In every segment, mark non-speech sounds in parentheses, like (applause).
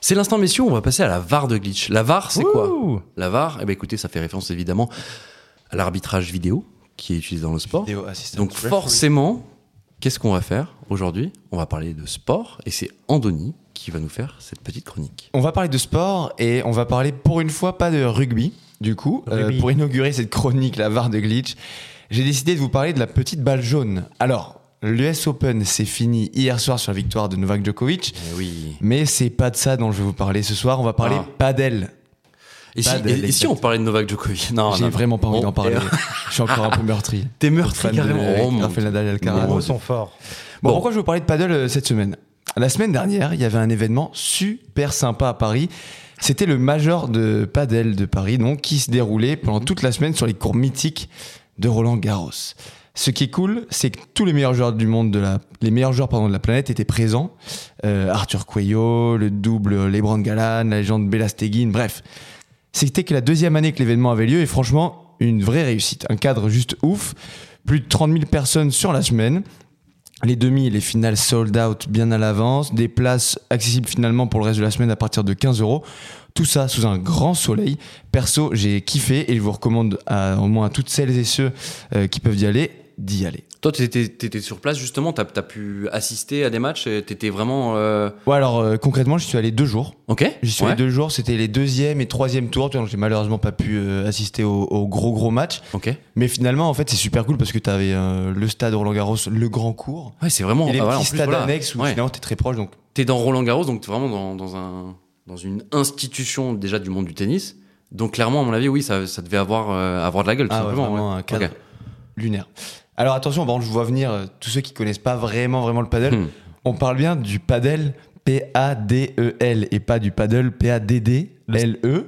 C'est l'instant messieurs, on va passer à la VAR de glitch. La VAR, c'est quoi Ouh. La VAR, eh ben écoutez, ça fait référence évidemment à l'arbitrage vidéo qui est utilisé dans le sport. Vidéo assistant Donc referee. forcément, qu'est-ce qu'on va faire aujourd'hui On va parler de sport et c'est Andoni qui va nous faire cette petite chronique. On va parler de sport et on va parler pour une fois pas de rugby, du coup, euh, Rugby. pour inaugurer cette chronique, la VAR de glitch. J'ai décidé de vous parler de la petite balle jaune. Alors, l'US Open s'est fini hier soir sur la victoire de Novak Djokovic, oui. mais c'est pas de ça dont je vais vous parler ce soir, on va parler Ah. padel. Et si, Pas de- et- et si on parlait de Novak Djokovic Oh, Non, J'ai non, vraiment pas envie Bon, d'en parler. et- je suis encore un peu Oh, eh, meurtri. T'es meurtri Fan de carrément. Oh, mon Rafael Nadal et Alcaraz. Les mots Bon, sont forts. Bon. pourquoi je vais vous parler de paddle euh, cette semaine La semaine dernière, il y avait un événement super sympa à Paris. C'était le Major de paddle de Paris, donc qui se déroulait pendant toute la semaine sur les cours mythiques de Roland Garros. Ce qui est cool, c'est que tous les meilleurs joueurs du monde, de la, les meilleurs joueurs pardon, de la planète étaient présents. Euh, Arthur Coelho, le double Lebron Galan, la légende Bella Steguin, bref. C'était que la deuxième année que l'événement avait lieu et franchement, une vraie réussite. Un cadre juste ouf. Plus de 30 000 personnes sur la semaine. Les demi et les finales sold out bien à l'avance. Des places accessibles finalement pour le reste de la semaine à partir de 15 euros. Tout ça sous un grand soleil. Perso, j'ai kiffé et je vous recommande à- au moins à toutes celles et ceux euh, qui peuvent y aller d'y aller. Toi, t'étais, t'étais sur place justement, t'as, t'as pu assister à des matchs, et t'étais vraiment. euh, Ouais, alors euh, concrètement, j'y suis allé deux jours. Ok J'y suis Ouais. allé deux jours, c'était les deuxième et troisième tours. Tu vois, donc J'ai malheureusement pas pu euh, assister au, au gros gros match. Ok. Mais finalement, en fait, c'est super cool parce que tu avais le stade Roland Garros, le grand cours. Ouais, c'est vraiment. et les ah, voilà, en petits plus, stades voilà. annexes où Ouais. finalement t'es très proche. Donc T'es dans Roland Garros, donc t'es vraiment dans, dans, un, dans une institution déjà du monde du tennis. Donc clairement, à mon avis, oui, ça, ça devait avoir, euh, avoir de la gueule, tout Ah ouais, simplement. vraiment ouais. un cadre Ok. lunaire. Alors attention, bon, je vois venir euh, tous ceux qui connaissent pas vraiment vraiment le paddle. Hmm. On parle bien du paddle P-A-D-E-L E et pas du paddle P-A-D-D-L-E.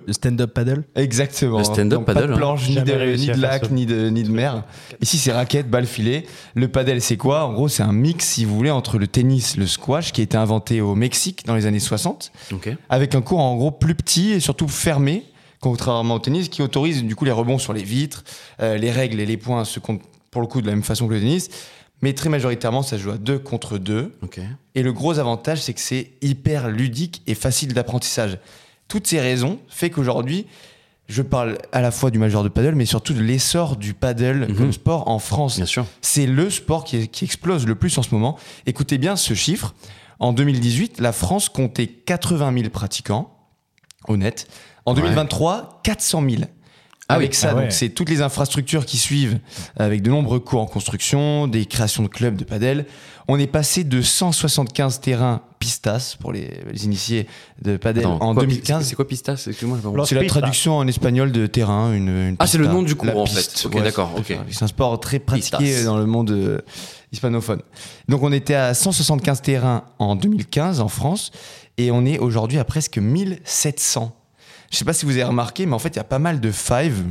Le stand-up paddle E. Exactement. Le stand-up Donc, Pas paddle, de hein. planche, ni Jamais de, réussi ni de à faire lac, ce- ni de, ni de mer. Ici, c'est raquette, balle filet. Le paddle, c'est quoi En gros, c'est un mix, si vous voulez, entre le tennis, le squash, qui a été inventé au Mexique dans les années 60, Ok. avec un cours en gros plus petit et surtout fermé, contrairement au tennis, qui autorise du coup les rebonds sur les vitres, euh, les règles et les points se comptent pour le coup de la même façon que le tennis, mais très majoritairement ça se joue à deux contre deux. Ok. Et le gros avantage, c'est que c'est hyper ludique et facile d'apprentissage. Toutes ces raisons fait qu'aujourd'hui, je parle à la fois du major de paddle, mais surtout de l'essor du paddle Mhm. comme sport en France. Bien sûr. C'est le sport qui, qui explose le plus en ce moment. Écoutez bien ce chiffre. En 2018, la France comptait 80 000 pratiquants, honnête. En 2023, 400 000. Ah avec oui. ça, Ah ouais. donc c'est toutes les infrastructures qui suivent, avec de nombreux cours en construction, des créations de clubs de padel. On est passé de 175 terrains pistas pour les, les initiés de padel Attends, en quoi, 2015. C'est quoi Pistas Excuse-moi. j'ai pas compris. C'est la Pistas. traduction en espagnol de terrain, une, une Ah, c'est le pista, nom du cours, la en piste. fait. Ok, Ouais, d'accord. c'est- Ok. C'est un sport très pratiqué Pistas. dans le monde euh, hispanophone. Donc on était à 175 terrains en 2015 en France et on est aujourd'hui à presque 1700. Je sais pas si vous avez remarqué, mais en fait, il y a pas mal de five,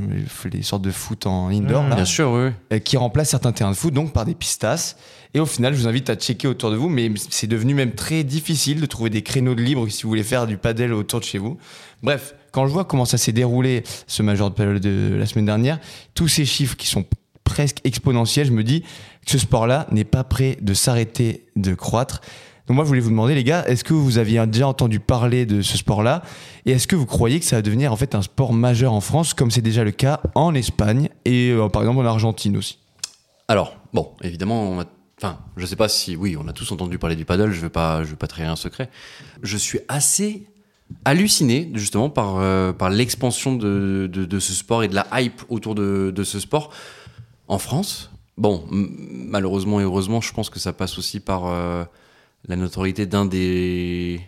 les sortes de foot en indoor, Mmh. là, Bien sûr, oui. oui. euh, qui remplacent certains terrains de foot, donc par des pistas. Et au final, je vous invite à checker autour de vous, mais c'est devenu même très difficile de trouver des créneaux de libre si vous voulez faire du padel autour de chez vous. Bref, quand je vois comment ça s'est déroulé, ce major de padel de la semaine dernière, tous ces chiffres qui sont presque exponentiels, je me dis que ce sport-là n'est pas prêt de s'arrêter de croître. Donc moi, je voulais vous demander, les gars, est-ce que vous aviez déjà entendu parler de ce sport-là Et est-ce que vous croyez que ça va devenir en fait un sport majeur en France, comme c'est déjà le cas en Espagne et euh, par exemple en Argentine aussi Alors, bon, évidemment, on a- enfin, je sais pas si, oui, on a tous entendu parler du paddle. Je vais pas, je vais pas trahir un secret. Je suis assez halluciné justement par euh, par l'expansion de, de, de ce sport et de la hype autour de, de ce sport en France. Bon, m- malheureusement et heureusement, je pense que ça passe aussi par euh, la notoriété d'un des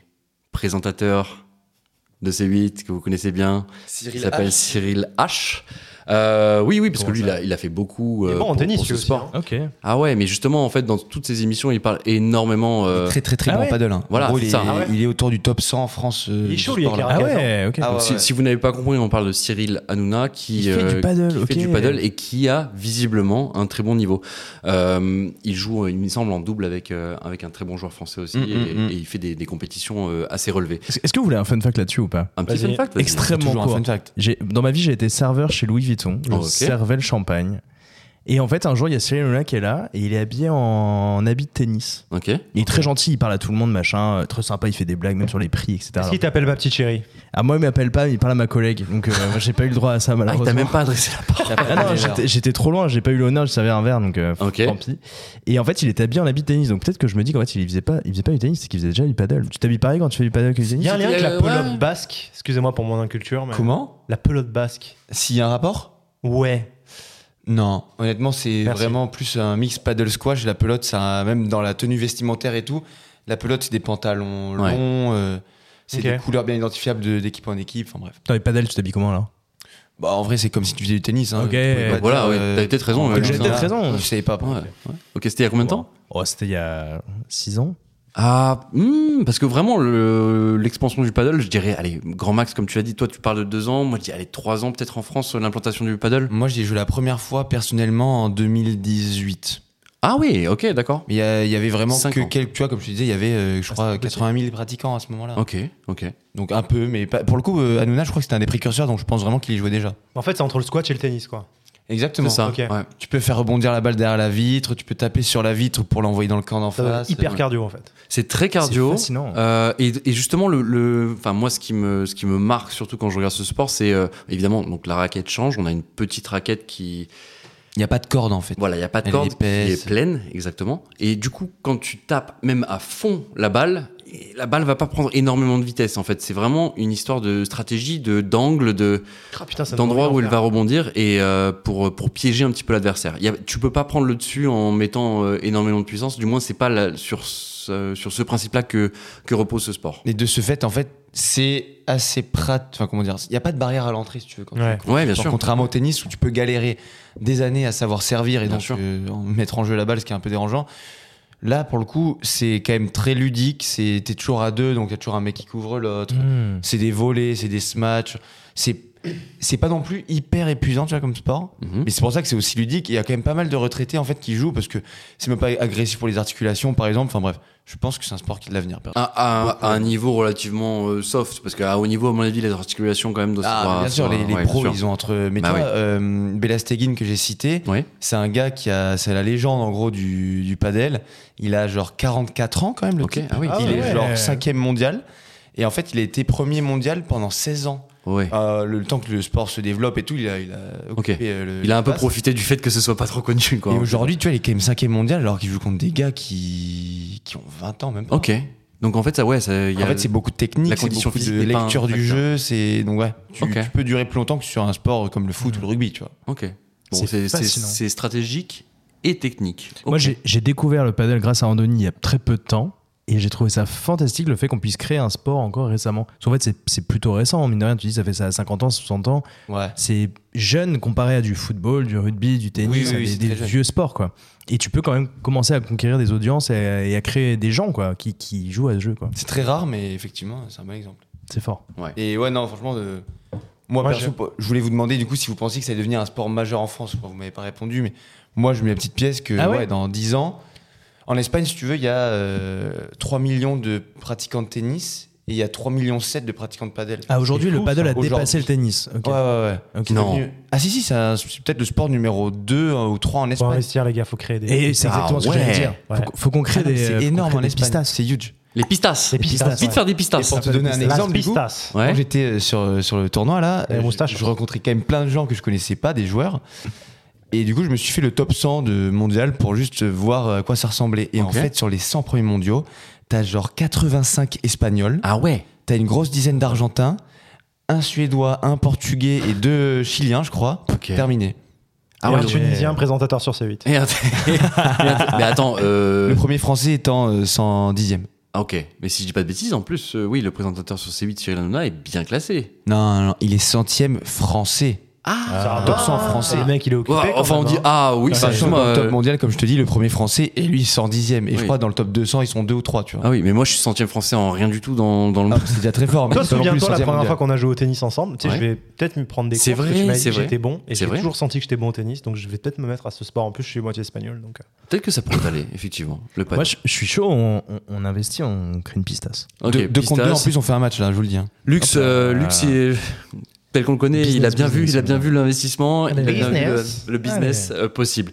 présentateurs de C8 que vous connaissez bien, qui Cyril s'appelle Cyril H. Euh, oui, oui, parce que Comment lui, il ça a, il a fait beaucoup Il est euh, bon en pour, tennis, pour lui ce aussi, sport. hein. Ok. Ah ouais, mais justement, en fait, dans toutes ces émissions, il parle énormément. euh, Très très très Ah bon ouais en paddle. hein. Voilà, En gros, c'est il, est, ça. Ah ouais. il est autour du top 100 en France. euh, Il est de ce chaud, lui, sport-là. avec Ah Caracas, ouais, ok. Ah ouais. si, si vous n'avez pas compris, on parle de Cyril Hanouna qui, Qui fait du paddle, qui fait du ok. paddle et qui a visiblement un très bon niveau. Euh, il joue, euh, il me semble, en double avec, euh, avec un très bon joueur français aussi Mm, et, mm, mm. et il fait des, des compétitions euh, assez relevées. Est-ce est-ce que vous voulez un fun fact là-dessus ou pas Un petit Vas-y. fun fact vas-y. C'est Extrêmement hein. toujours un court. fun fact. J'ai- Dans ma vie, j'ai été serveur chez Louis Vuitton. Je Ok. servais le champagne. Et en fait, un jour, il y a Cyril Hanouna qui est là et il est habillé en, en habit de tennis. Ok. Il est très gentil, il parle à tout le monde, machin, euh, très sympa, il fait des blagues même sur les prix, etc. Est-ce qu'il t'appelle ma petite chérie Ah, moi, il m'appelle pas, mais il parle à ma collègue, donc euh, moi, j'ai pas eu le droit à ça Ah, il malheureusement. t'a même pas adressé la parole. Ah non, j'étais- j'étais trop loin, j'ai pas eu l'honneur, je savais un verre, donc euh, Ok. tant pis. Et en fait, il était habillé en habit de tennis, donc peut-être que je me dis qu'en fait, il faisait pas, il faisait pas du tennis, c'est qu'il faisait déjà du paddle. Tu t'habilles pareil quand tu fais du paddle que du Il tennis y a un lien avec la Euh, pelote ouais. basque. Excusez-moi pour mon inculture, mais. Comment La pelote basque. S'il y a un rapport Ouais. Non, honnêtement, c'est Merci. vraiment plus un mix paddle squash. La pelote, ça, même dans la tenue vestimentaire et tout, la pelote, c'est des pantalons Ouais. longs, euh, c'est Ok. des couleurs bien identifiables de- d'équipe en équipe. Enfin bref. Dans les paddles, tu t'habilles comment là Bah, en vrai, c'est comme si tu faisais du tennis. Hein. Tu Ok. pouvais pas Voilà, dire, euh, ouais, t'avais peut-être raison, en ouais, fait, j'ai ça. peut-être raison. Je savais pas. Ouais, ouais. Ok, c'était il y a combien de temps Oh, c'était il y a 6 ans. Ah, hmm, parce que vraiment, le- l'expansion du paddle, je dirais, allez, grand max, comme tu l'as dit, toi tu parles de deux ans, moi je dis, allez, trois ans peut-être en France, euh, l'implantation du paddle. Moi, j'ai joué la première fois personnellement en 2018. Ah oui, ok, d'accord. Mais il y a- il y, avait vraiment Cinq que ans. Ah, quelques, tu vois, comme je te disais, il y avait, euh, je crois, 80 000 pratiquants à ce moment-là. Ok, ok. Donc un peu, mais pas- pour le coup, euh, Hanouna, je crois que c'était un des précurseurs, donc je pense vraiment qu'il y jouait déjà. En fait, c'est entre le squash et le tennis, quoi. Exactement. C'est ça. ok. ouais. Tu peux faire rebondir la balle derrière la vitre, tu peux taper sur la vitre pour l'envoyer dans le camp d'en Ah, Ça doit face. être hyper Ouais. cardio, en fait. C'est très cardio. C'est fascinant. Euh, et, et justement, le, le- enfin moi, ce qui me, ce qui me marque surtout quand je regarde ce sport, c'est euh, évidemment donc la raquette change. On a une petite raquette qui, Il n'y a pas de corde en fait. voilà, il y a pas de Elle est corde, qui épaisse. est pleine, exactement. Et du coup, quand tu tapes même à fond la balle, et la balle va pas prendre énormément de vitesse. En fait, c'est vraiment une histoire de stratégie, de d'angle, de Ah putain, ça donne d'endroit envie où d'en elle faire. va rebondir et euh, pour pour piéger un petit peu l'adversaire. Il y a- Tu peux pas prendre le dessus en mettant euh, énormément de puissance. Du moins, c'est pas la- sur ce, sur ce principe-là que que repose ce sport. Et de ce fait, en fait, c'est assez prat. Enfin, comment dire Il n'y a pas de barrière à l'entrée, si tu veux. Quand Ouais. Ouais, bien Genre, sûr. Contrairement au tennis où tu peux galérer des années à savoir servir et Bien donc sûr. euh, en- mettre en jeu la balle, ce qui est un peu dérangeant. Là, pour le coup, c'est quand même très ludique. C'est t'es toujours à deux, donc il y a toujours un mec qui couvre l'autre. Mm. Hmm. C'est des volets, c'est des smatchs. C'est c'est pas non plus hyper épuisant, tu vois, comme sport. Mhm. Mais c'est pour ça que c'est aussi ludique. Il y a quand même pas mal de retraités en fait qui jouent parce que c'est même pas agressif pour les articulations, par exemple. Enfin bref, je pense que c'est un sport qui est de l'avenir. perso. À, à- à un niveau relativement euh, soft, parce qu'à haut niveau, à mon avis, les articulations quand même doivent Ah, mais bien sûr, les, les pros, ils ont entre. Mais Bah toi, oui. euh, Belasteguin que j'ai cité, Oui. c'est un gars qui a, c'est la légende en gros du, du padel. Il a genre 44 ans quand même le Ok, type. ah oui. Ah il ouais. est genre cinquième mondial. Et en fait, il a été premier mondial pendant 16 ans. Ouais. Euh, le, le temps que le sport se développe et tout, il a, il a occupé euh, le. Il a un peu l'espace. profité du fait que ce soit pas trop connu, quoi. Et aujourd'hui, tu vois, il est quand même cinquième mondial alors qu'il joue contre des gars qui, qui ont 20 ans même. Pas. Ok. Donc en fait, ça, ouais, ça, il y En a- fait, c'est beaucoup de technique, la c'est condition beaucoup de physique n'est pas un lecture du facteur. jeu. C'est donc ouais, tu, Ok. Mm. tu peux durer plus longtemps que sur un sport comme le foot ou le rugby, tu vois. Ok. Bon, C'est c'est- c'est fascinant. c'est stratégique et technique. Oh. Moi, Ok. j'ai j'ai découvert le paddle grâce à Andoni il y a très peu de temps. Et j'ai trouvé ça fantastique le fait qu'on puisse créer un sport encore récemment. Parce qu'en fait, c'est- c'est plutôt récent. Mine de rien, tu dis, ça fait ça à 50 ans, 60 ans. Ouais. C'est jeune comparé à du football, du rugby, du Oui, tennis, oui, oui, c'est des, des très jeune. vieux sports, quoi. Et tu peux quand même commencer à conquérir des audiences et, à- et à créer des gens, quoi, qui, qui jouent à ce jeu, quoi. C'est très rare, mais effectivement, c'est un bon exemple. C'est fort. Et ouais, non, franchement, euh, moi, Moi, perso, je... voulais vous demander du coup si vous pensiez que ça allait devenir un sport majeur en France. Vous m'avez pas répondu, mais moi, je mets la petite pièce que Ah ouais ouais, dans 10 ans, en Espagne, si tu veux, il y a euh, 3 millions de pratiquants de tennis et il y a 3 millions 7 de pratiquants de padel. Ah, aujourd'hui, C'est le fou, paddle ça. a dépassé Aujourd'hui. le tennis. Ok. Ouais, ouais, ouais. Ok. C'est Non. devenu- Ah si, si, c'est un- c'est peut-être le sport numéro 2 ou 3 en Faut Espagne. investir, les gars, faut créer des. Et c'est Ah exactement ce que ouais. j'allais dire. Ouais. Faut, qu'on- faut qu'on crée Ah non, des. c'est euh, énorme qu'on en crée des Espagne, pistaces. c'est huge. Les pistas. Des pistas. Vite faire des pistas. Et pour te s'appelle donner un des exemple, du coup, pistas. Ouais. Quand j'étais euh, sur, euh, sur le tournoi là, Et la euh, moustache. je, je rencontrais quand même plein de gens que je connaissais pas, des joueurs. Et du coup, je me suis fait le top 100 de mondial pour juste euh, voir à quoi ça ressemblait. Et en Ok. fait, sur les 100 premiers mondiaux, t'as genre 85 Espagnols, Ah ouais. t'as une grosse dizaine d'Argentins, un Suédois, un Portugais et deux Chiliens, je crois. Ok. Terminé. Ah Et ouais. un donc- Tunisien, présentateur sur C8. Et un- Mais (laughs) att- mais attends, euh, Le premier français étant euh, 110e. ah, ok. Mais si je dis pas de bêtises, en plus, euh, oui, le présentateur sur C8, Cyril Hanouna, est bien classé. Non, non, non, il est centième français. Ah. Ça top rabat. 100 français. Le mec, il est occupé. Ouais, quand enfin, on même, dit hein. ah oui, bah, Sachant excuse-moi, dans le top euh, mondial, comme je te dis, le premier français et lui 110e. Et je Oui. crois dans le top 200, ils sont deux ou trois, tu vois. Ah oui, mais moi je suis centième français en rien du tout dans, dans le Ah, c'est déjà très fort. mais Toi, c'est pas non plus souviens-toi le la centième première mondial. fois qu'on a joué au tennis ensemble. Tu sais, Ouais. je vais peut-être me prendre des C'est cours, parce vrai, que tu m'as dit c'est que vrai. J'étais bon et C'est j'ai vrai. toujours senti que j'étais bon au tennis, donc je vais peut-être me mettre à ce sport. En plus, je suis moitié espagnol, donc. euh, Peut-être que ça pourrait aller, effectivement. Le paddle. Moi, je, je suis chaud, on, on- on investit, on crée une pistace. Ok, De- deux contre pistas. deux, en plus, on fait un match là, je vous le dis. hein. Luxe, euh, Luxe, il est- tel qu'on le connaît, Business, il a bien vu, business, il a bien ouais. vu l'investissement, il a bien vu le, Business. le business euh, possible.